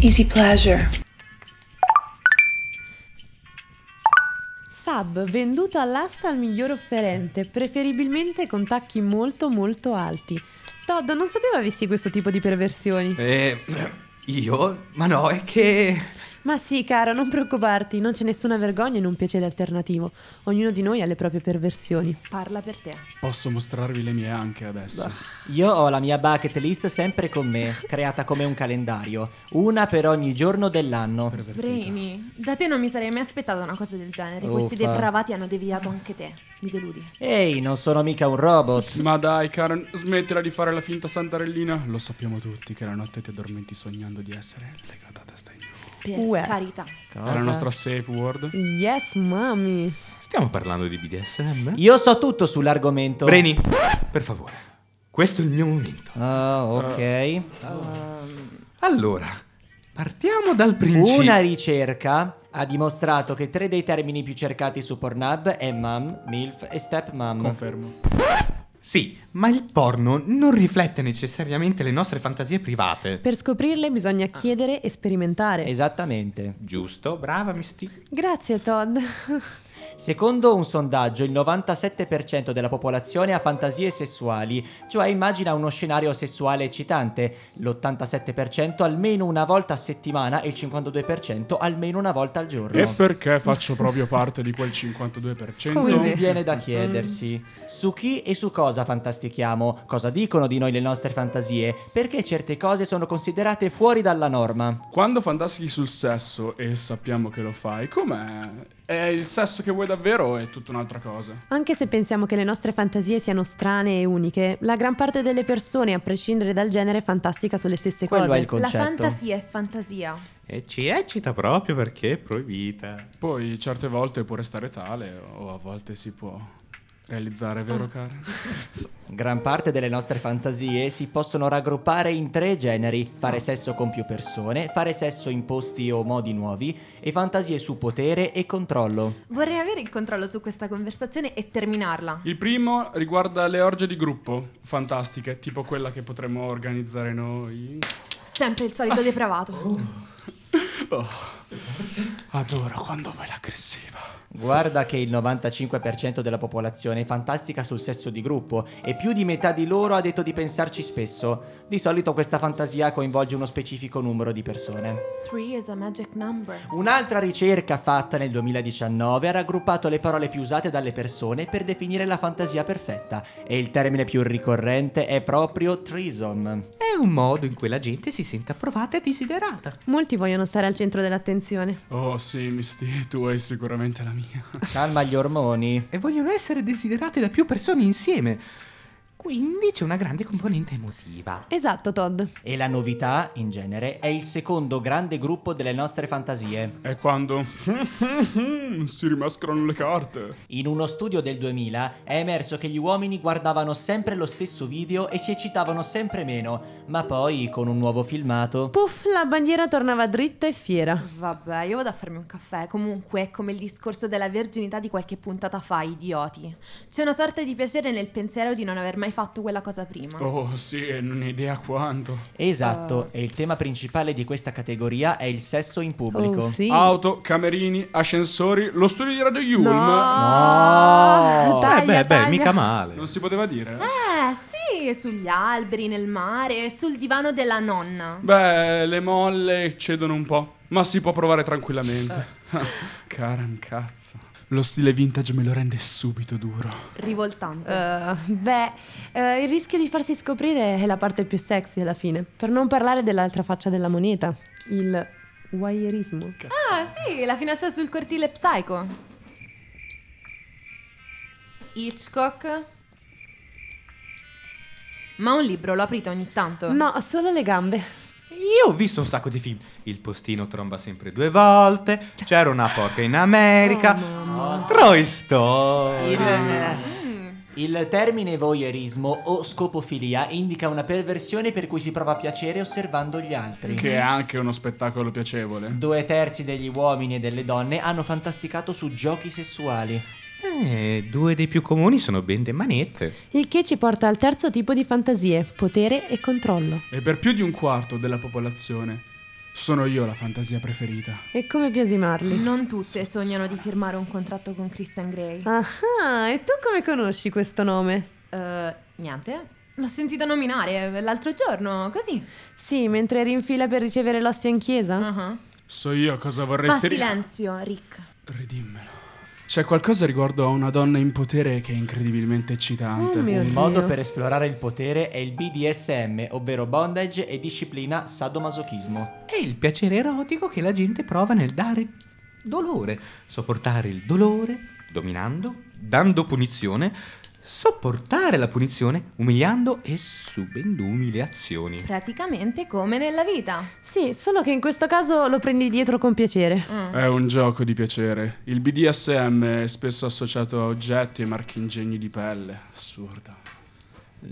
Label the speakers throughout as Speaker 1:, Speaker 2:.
Speaker 1: easy pleasure.
Speaker 2: Sub venduto all'asta al miglior offerente, preferibilmente con tacchi molto molto alti. Todd, non sapevo avessi questo tipo di perversioni.
Speaker 3: Eh, io? Ma no, è che...
Speaker 2: Ma sì, caro, non preoccuparti, non c'è nessuna vergogna in un piacere alternativo. Ognuno di noi ha le proprie perversioni.
Speaker 4: Parla per te.
Speaker 5: Posso mostrarvi le mie anche adesso.
Speaker 6: Io ho la mia bucket list sempre con me, creata come un calendario, una per ogni giorno dell'anno.
Speaker 5: Pervertita.
Speaker 4: Vreni, da te non mi sarei mai aspettata una cosa del genere.
Speaker 6: Uffa.
Speaker 4: Questi depravati hanno deviato anche te. Mi deludi.
Speaker 6: Ehi, non sono mica un robot.
Speaker 5: Ma dai, Karen, smettila di fare la finta santarellina. Lo sappiamo tutti che la notte ti addormenti sognando di essere legata a testa in giù.
Speaker 4: Per
Speaker 2: Uè.
Speaker 4: carità.
Speaker 6: Cosa?
Speaker 5: È la nostra safe
Speaker 2: Mm.
Speaker 5: word.
Speaker 2: Yes, mami.
Speaker 3: Stiamo parlando di BDSM?
Speaker 6: Io so tutto sull'argomento.
Speaker 3: Breni, per favore, questo è il mio momento.
Speaker 6: Ah, ok.
Speaker 5: Ah,
Speaker 3: Allora, partiamo dal principio.
Speaker 6: Una ricerca ha dimostrato che tre dei termini più cercati su Pornhub è mom, milf e stepmom.
Speaker 5: Confermo.
Speaker 3: Sì, ma il porno non riflette necessariamente le nostre fantasie private.
Speaker 2: Per scoprirle bisogna chiedere e sperimentare.
Speaker 6: Esattamente.
Speaker 3: Giusto, brava Misty.
Speaker 2: Grazie, Todd.
Speaker 6: Secondo un sondaggio, il 97% della popolazione ha fantasie sessuali, cioè immagina uno scenario sessuale eccitante, l'87% almeno una volta a settimana e il 52% almeno una volta al giorno.
Speaker 5: E perché faccio proprio parte di quel 52%?
Speaker 6: Quindi
Speaker 2: Come?
Speaker 6: viene da chiedersi su chi e su cosa fantastichiamo, cosa dicono di noi le nostre fantasie, perché certe cose sono considerate fuori dalla norma.
Speaker 5: Quando fantastichi sul sesso e sappiamo che lo fai, com'è? È il sesso che vuoi davvero o è tutta un'altra cosa?
Speaker 2: Anche se pensiamo che le nostre fantasie siano strane e uniche, la gran parte delle persone, a prescindere dal genere, fantastica sulle stesse
Speaker 6: Quello
Speaker 2: cose.
Speaker 6: è il concetto.
Speaker 4: La fantasia è fantasia.
Speaker 3: E ci eccita proprio perché è proibita.
Speaker 5: Poi certe volte può restare tale o a volte si può realizzare, vero cara?
Speaker 6: Gran parte delle nostre fantasie si possono raggruppare in tre generi: fare sesso con più persone, fare sesso in posti o modi nuovi e fantasie su potere e controllo.
Speaker 4: Vorrei avere il controllo su questa conversazione e terminarla.
Speaker 5: Il primo riguarda le orge di gruppo, fantastiche, tipo quella che potremmo organizzare noi.
Speaker 4: Sempre il solito depravato.
Speaker 5: Oh, adoro quando vai l'aggressiva.
Speaker 6: Guarda che il 95% della popolazione fantastica sul sesso di gruppo e più di metà di loro ha detto di pensarci spesso. Di solito questa fantasia coinvolge uno specifico numero di persone.
Speaker 4: Three is a magic number.
Speaker 6: Un'altra ricerca fatta nel 2019 ha raggruppato le parole più usate dalle persone per definire la fantasia perfetta e il termine più ricorrente è proprio threesome.
Speaker 3: È un modo in cui la gente si sente approvata e desiderata.
Speaker 2: Molti vogliono stare al centro dell'attenzione.
Speaker 5: Oh sì, Misty, tu hai sicuramente la mia.
Speaker 6: Calma gli ormoni.
Speaker 3: E vogliono essere desiderate da più persone insieme. Quindi c'è una grande componente emotiva.
Speaker 2: Esatto, Todd.
Speaker 6: E la novità, in genere, è il secondo grande gruppo delle nostre fantasie.
Speaker 5: È quando si rimescolano le carte.
Speaker 6: In uno studio del 2000 è emerso che gli uomini guardavano sempre lo stesso video e si eccitavano sempre meno, ma poi con un nuovo filmato...
Speaker 2: Puff, la bandiera tornava dritta e fiera.
Speaker 4: Vabbè, io vado a farmi un caffè. Comunque, è come il discorso della verginità di qualche puntata fa, idioti. C'è una sorta di piacere nel pensiero di non aver mai fatto quella cosa prima.
Speaker 5: Oh sì, e non ho idea quanto.
Speaker 2: Ah.
Speaker 6: Esatto, e il tema principale di questa categoria è il sesso in pubblico.
Speaker 2: Oh, sì.
Speaker 3: Ah,
Speaker 5: Auto, camerini, ascensori, lo studio di Radio Yulm.
Speaker 6: No!
Speaker 2: Taglia,
Speaker 3: Eh, beh, beh,
Speaker 2: taglia.
Speaker 3: mica male.
Speaker 5: Non si poteva dire?
Speaker 4: Eh, sì, sugli alberi, nel mare, sul divano della nonna.
Speaker 5: Beh, le molle cedono un po', ma si può provare tranquillamente.
Speaker 2: Eh.
Speaker 5: Caram, cazzo. Lo stile vintage me lo rende subito duro.
Speaker 4: Rivoltante.
Speaker 2: Eh, beh, eh, il rischio di farsi scoprire è la parte più sexy alla fine. Per non parlare dell'altra faccia della moneta, il wireismo.
Speaker 4: Ah, sì, la finestra sul cortile psycho. Hitchcock. Ma un libro lo aprite ogni tanto?
Speaker 2: No, solo le gambe.
Speaker 3: Io ho visto un sacco di film. Il postino tromba sempre due volte.
Speaker 2: Cioè.
Speaker 3: C'era una porca in America.
Speaker 2: Oh,
Speaker 3: Troy Story. Ah.
Speaker 6: eh, Il termine voyeurismo o scopofilia indica una perversione per cui si prova piacere osservando gli altri.
Speaker 5: Che è anche uno spettacolo piacevole.
Speaker 6: Due terzi degli uomini e delle donne hanno fantasticato su giochi sessuali.
Speaker 3: Eh, due dei più comuni sono bende e manette.
Speaker 2: Il che ci porta al terzo tipo di fantasie, potere e controllo.
Speaker 5: E per più di un quarto della popolazione Sono io la fantasia preferita.
Speaker 2: E come biasimarli?
Speaker 4: Non tutte sognano di firmare un contratto con Christian Grey.
Speaker 2: Ah, e tu come conosci questo nome?
Speaker 4: Eh, niente. L'ho sentito nominare l'altro giorno, così.
Speaker 2: Sì, mentre eri in fila per ricevere l'ostia in chiesa?
Speaker 4: Ah.
Speaker 5: So io cosa
Speaker 4: Fa
Speaker 5: vorresti... ri-
Speaker 4: silenzio, Rick.
Speaker 5: Ridimmelo. C'è qualcosa riguardo a una donna in potere che è incredibilmente eccitante.
Speaker 2: Oh mio
Speaker 6: Un modo
Speaker 2: Dio.
Speaker 6: per esplorare il potere è il BDSM, ovvero bondage e disciplina sadomasochismo.
Speaker 3: È il piacere erotico che la gente prova nel dare dolore, sopportare il dolore dominando, dando punizione, sopportare la punizione umiliando e subendo umiliazioni.
Speaker 4: Praticamente come nella vita.
Speaker 2: Sì, solo che in questo caso lo prendi dietro con piacere.
Speaker 4: Mm.
Speaker 5: È un gioco di piacere. Il BDSM è spesso associato a oggetti e marchingegni di pelle. Assurda.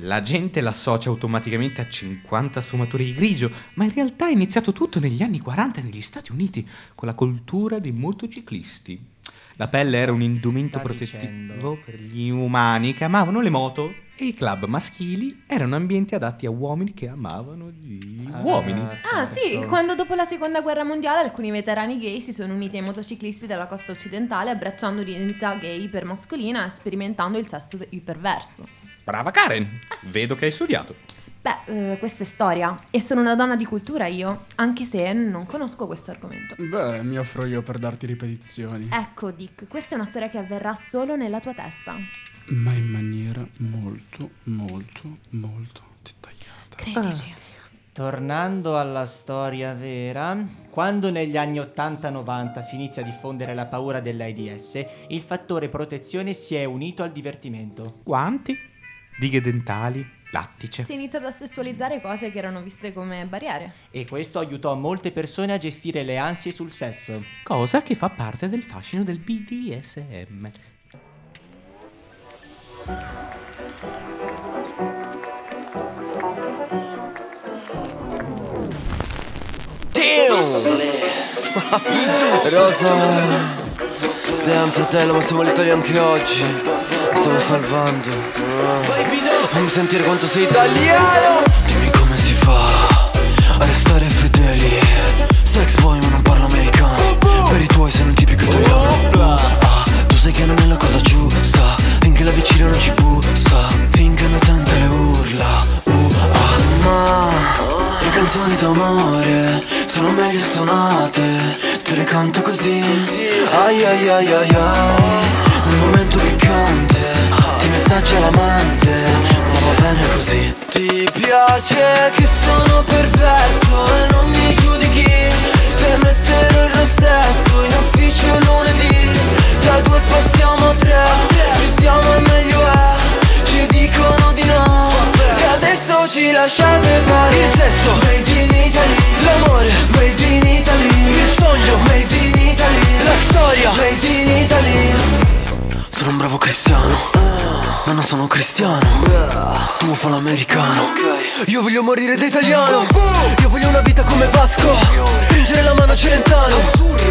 Speaker 3: La gente l'associa automaticamente a 50 sfumature di grigio, ma in realtà è iniziato tutto negli anni 40 negli Stati Uniti con la cultura dei motociclisti. La pelle era un indumento
Speaker 6: Sta
Speaker 3: protettivo
Speaker 6: dicendo.
Speaker 3: per gli umani che amavano le moto e i club maschili erano ambienti adatti a uomini che amavano gli uomini.
Speaker 4: Ah
Speaker 6: certo.
Speaker 4: sì, quando dopo la seconda guerra mondiale alcuni veterani gay si sono uniti ai motociclisti della costa occidentale abbracciando l'identità gay per mascolina e sperimentando il sesso il perverso.
Speaker 3: Brava Karen, vedo che hai studiato.
Speaker 4: Beh, eh, questa è storia e sono una donna di cultura io, anche se non conosco questo argomento.
Speaker 5: Beh, mi offro io per darti ripetizioni.
Speaker 4: Ecco Dick, questa è una storia che avverrà solo nella tua testa.
Speaker 5: Ma in maniera molto, molto, molto
Speaker 3: Ah,
Speaker 5: dettagliata.
Speaker 4: Credici.
Speaker 6: Tornando alla storia vera, quando negli anni 80-90 si inizia a diffondere la paura dell'AIDS, il fattore protezione si è unito al divertimento.
Speaker 3: Guanti, dighe dentali, lattice.
Speaker 4: Si è iniziato a sessualizzare cose che erano viste come barriere.
Speaker 6: E questo aiutò molte persone a gestire le ansie sul sesso.
Speaker 3: Cosa che fa parte del fascino del BDSM.
Speaker 1: Rosa Damn fratello ma siamo all'Italia anche oggi Mi stavo salvando Ah. Fammi sentire quanto sei italiano Dimmi come si fa A restare fedeli Sex boy ma non parlo americano Per i tuoi sei un tipico italiano Ah, Tu sai che non è la cosa giusta Finché la vicina non ci bussa Finché non sente le urla uh, ah. Ma le canzoni d'amore sono meglio suonate, te le canto così. Ai ai ai ai ai, nel momento piccante, ti messaggio l'amante, ma va bene così. Ti piace che sono perverso e non mi giudichi, se metterò il rossetto in ufficio lunedì, da due passiamo a tre, più siamo e meglio è, ci dicono di no, e adesso ci lasciate fare il sesso Made in Italy L'amore Made in Italy Il sogno Made in Italy La storia Made in Italy Sono un bravo cristiano Ma non sono cristiano Tu fa l'americano Io voglio morire da italiano Io voglio una vita come Vasco Stringere la mano a Celentano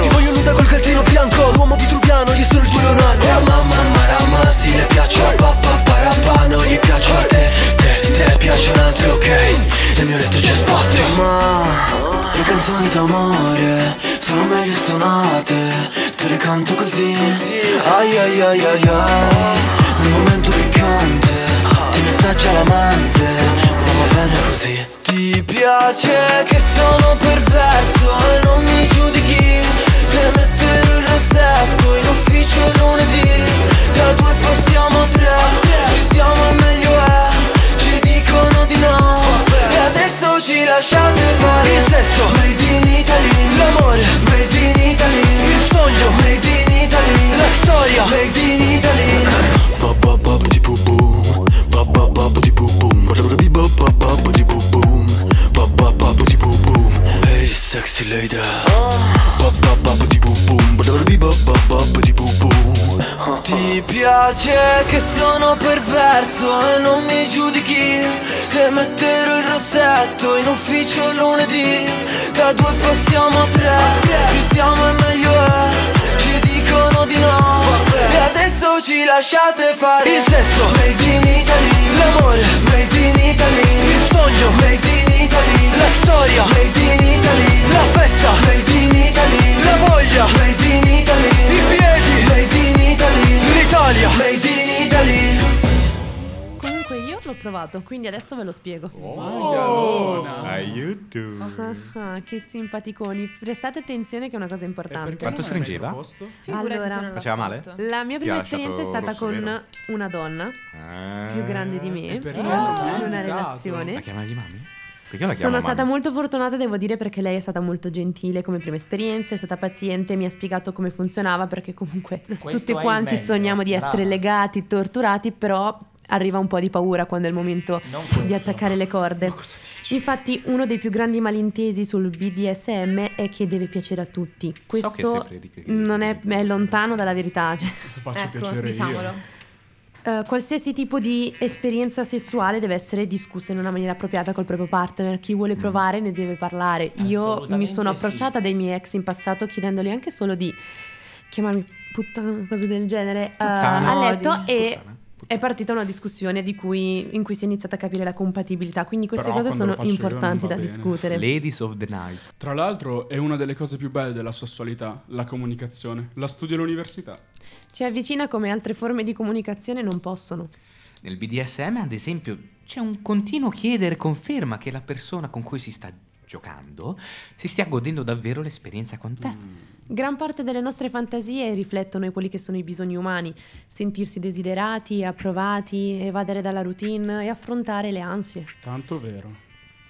Speaker 1: Ti voglio nuda col calzino bianco L'uomo vitruviano Io sono il tuo Leonardo Mamma marama Si le piaccio a papà parapà Non gli piaccio a te Te, te piace un altro ok Nel mio letto c'è spazio Ma le canzoni d'amore Sono meglio suonate Te le canto così Ai ai ai ai ai Nel momento piccante Ti messaggia l'amante Ma va bene così Ti piace che sono perverso E non mi giudichi Se metterò il rossetto In ufficio lunedì Da due passiamo a tre Più siamo e meglio è Ci dicono di no E adesso ci lasciate fare Il sesso Made in Italy L'amore Made in Italy Il sogno Made in Italy La storia Made in Italy Hey sexy lady Ah. Ti piace che sono perverso e non mi giudichi Se metterò il rossetto in ufficio lunedì Da due passiamo a tre Più siamo e meglio è Ci dicono di no E adesso ci lasciate fare Il sesso Made in Italy L'amore Made in Italy Il sogno Made in Italy La storia Made in Italy La festa testa Made in Italy La voglia Made in Italy I piedi Made in Italy L'Italia Made in Italy
Speaker 2: Comunque io l'ho provato, quindi adesso ve lo spiego.
Speaker 3: Oh, Aiuto.
Speaker 2: Ah, che simpaticoni. Prestate attenzione che è una cosa
Speaker 4: Eh,
Speaker 2: importante.
Speaker 3: Quanto stringeva?
Speaker 4: Figurati
Speaker 2: Allora.
Speaker 4: se non l'ho
Speaker 3: Faceva male?
Speaker 4: fatto.
Speaker 2: La mia prima
Speaker 3: Ti ha
Speaker 2: esperienza è
Speaker 3: lasciato
Speaker 2: stata
Speaker 3: rosso,
Speaker 2: con
Speaker 3: vero? Eh,
Speaker 2: una donna più grande di
Speaker 3: Ah.
Speaker 2: me
Speaker 5: e perché
Speaker 2: in
Speaker 5: l'hai
Speaker 2: una
Speaker 5: smentito?
Speaker 3: La
Speaker 2: relazione.
Speaker 3: chiamavi mami? Perché la chiamo
Speaker 2: Sono
Speaker 3: mami?
Speaker 2: stata molto fortunata, devo dire, perché lei è stata molto gentile come prima esperienza, è stata paziente, mi ha spiegato come funzionava, perché comunque
Speaker 6: Questo è
Speaker 2: tutti
Speaker 6: il
Speaker 2: quanti
Speaker 6: meglio,
Speaker 2: sogniamo di essere
Speaker 6: brava.
Speaker 2: legati, torturati, però arriva un po' di paura quando è il momento
Speaker 6: Non questo.
Speaker 2: di attaccare le corde. Infatti, uno dei più grandi malintesi sul BDSM è che deve piacere a tutti.
Speaker 3: So
Speaker 2: Questo
Speaker 3: che sempre di- che-
Speaker 2: non è, è lontano dalla verità. cioè.
Speaker 5: Ti faccio
Speaker 4: ecco,
Speaker 5: piacere
Speaker 4: diciamolo.
Speaker 5: io.
Speaker 2: Eh, qualsiasi tipo di esperienza sessuale deve essere discussa in una maniera appropriata col proprio partner. Chi
Speaker 5: Mm.
Speaker 2: vuole provare ne deve parlare. Io mi sono
Speaker 6: Assolutamente sì.
Speaker 2: approcciata dai miei ex in passato chiedendoli anche solo di chiamarmi puttana, cose del genere, eh,
Speaker 3: Puttana.
Speaker 2: a letto
Speaker 4: Odi.
Speaker 2: e
Speaker 3: Puttana,
Speaker 2: è partita una discussione di cui- in cui si è iniziata a capire la compatibilità. Quindi queste
Speaker 5: Però
Speaker 2: cose
Speaker 5: quando
Speaker 2: sono
Speaker 5: lo faccio io non
Speaker 2: importanti
Speaker 5: va
Speaker 2: da
Speaker 5: bene.
Speaker 2: discutere.
Speaker 3: Ladies of the night.
Speaker 5: Tra l'altro è una delle cose più belle della sessualità, la comunicazione. La studio all'università.
Speaker 2: Ci avvicina come altre forme di comunicazione non possono.
Speaker 3: Nel BDSM, ad esempio, c'è un continuo chiedere conferma che la persona con cui si sta giocando si stia godendo davvero l'esperienza con te.
Speaker 2: Mm. Gran parte delle nostre fantasie riflettono quelli che sono i bisogni umani, sentirsi desiderati, approvati, evadere dalla routine e affrontare le ansie.
Speaker 5: Tanto vero.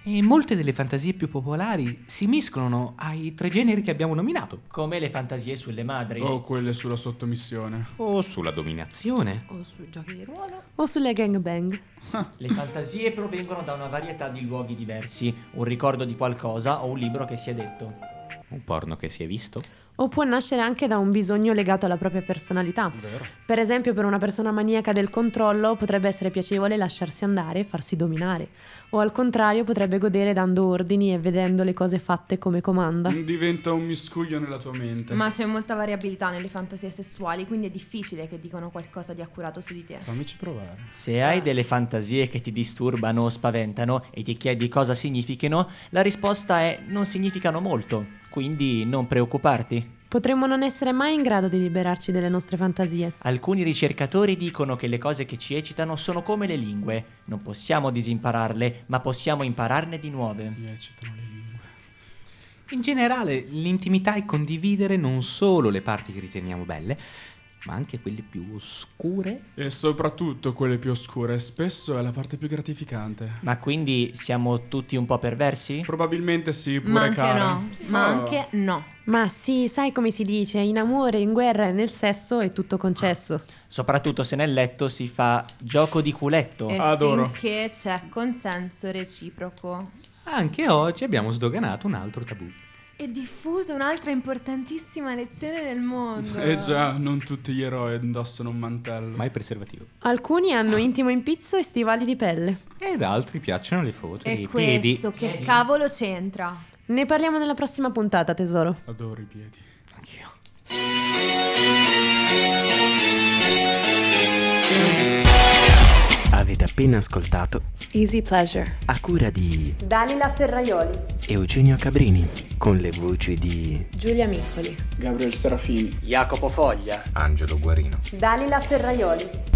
Speaker 3: E molte delle fantasie più popolari si miscolano ai tre generi che abbiamo nominato.
Speaker 6: Come le fantasie sulle madri.
Speaker 5: O Oh, quelle sulla sottomissione.
Speaker 3: O sulla dominazione.
Speaker 2: Oh.
Speaker 4: O sui giochi di ruolo.
Speaker 2: O sulle gangbang.
Speaker 6: Le fantasie provengono da una varietà di luoghi diversi, un ricordo di qualcosa o un libro che si è detto.
Speaker 3: Un porno che si è visto.
Speaker 2: O può nascere anche da un bisogno legato alla propria personalità.
Speaker 5: Vero.
Speaker 2: Per esempio, per una persona maniaca del controllo potrebbe essere piacevole lasciarsi andare e farsi dominare. O al contrario, potrebbe godere dando ordini e vedendo le cose fatte come
Speaker 5: Mm.
Speaker 2: comanda.
Speaker 5: Diventa un miscuglio nella tua mente.
Speaker 4: Ma c'è molta variabilità nelle fantasie sessuali, quindi è difficile che dicano qualcosa di accurato su di te.
Speaker 5: Fammici provare.
Speaker 6: Se hai delle fantasie che ti disturbano o spaventano e ti chiedi cosa significhino, la risposta è non significano molto, quindi non preoccuparti.
Speaker 2: Potremmo non essere mai in grado di liberarci delle nostre fantasie.
Speaker 6: Alcuni ricercatori dicono che le cose che ci eccitano sono come le lingue, non possiamo disimpararle, ma possiamo impararne di nuove.
Speaker 5: Mi eccitano le lingue.
Speaker 3: In generale, l'intimità è condividere non solo le parti che riteniamo belle, ma anche quelle più oscure.
Speaker 5: E soprattutto quelle più oscure. Spesso è la parte più gratificante.
Speaker 4: Mm.
Speaker 6: Ma quindi siamo tutti un po' perversi?
Speaker 5: Probabilmente sì, pure
Speaker 4: Ma anche
Speaker 5: cara.
Speaker 4: no, ma
Speaker 5: Oh.
Speaker 4: anche no.
Speaker 2: Ma sì, sai come si dice, in amore, in guerra e nel sesso è tutto concesso.
Speaker 6: Soprattutto se nel letto si fa gioco di culetto.
Speaker 4: E
Speaker 5: Boh. Adoro.
Speaker 4: Finché c'è consenso reciproco.
Speaker 3: Anche oggi abbiamo sdoganato un altro tabù.
Speaker 4: È diffusa un'altra importantissima lezione nel mondo.
Speaker 5: Eh già, non tutti gli eroi indossano un mantello.
Speaker 3: Mai preservativo.
Speaker 2: Alcuni hanno intimo impizzo e stivali di pelle.
Speaker 3: Ed altri piacciono le foto
Speaker 4: E
Speaker 3: di piedi.
Speaker 4: questo che cavolo c'entra?
Speaker 2: Ne parliamo nella prossima puntata, tesoro.
Speaker 5: Adoro i piedi.
Speaker 3: Anch'io.
Speaker 7: Avete appena ascoltato
Speaker 8: Easy Pleasure.
Speaker 7: a cura di
Speaker 2: Danila Ferraioli,
Speaker 7: Eugenio Cabrini con le voci di
Speaker 2: Giulia Miccoli,
Speaker 5: Gabriel Serafini.
Speaker 6: Jacopo Foglia.
Speaker 2: Dalila Ferraioli.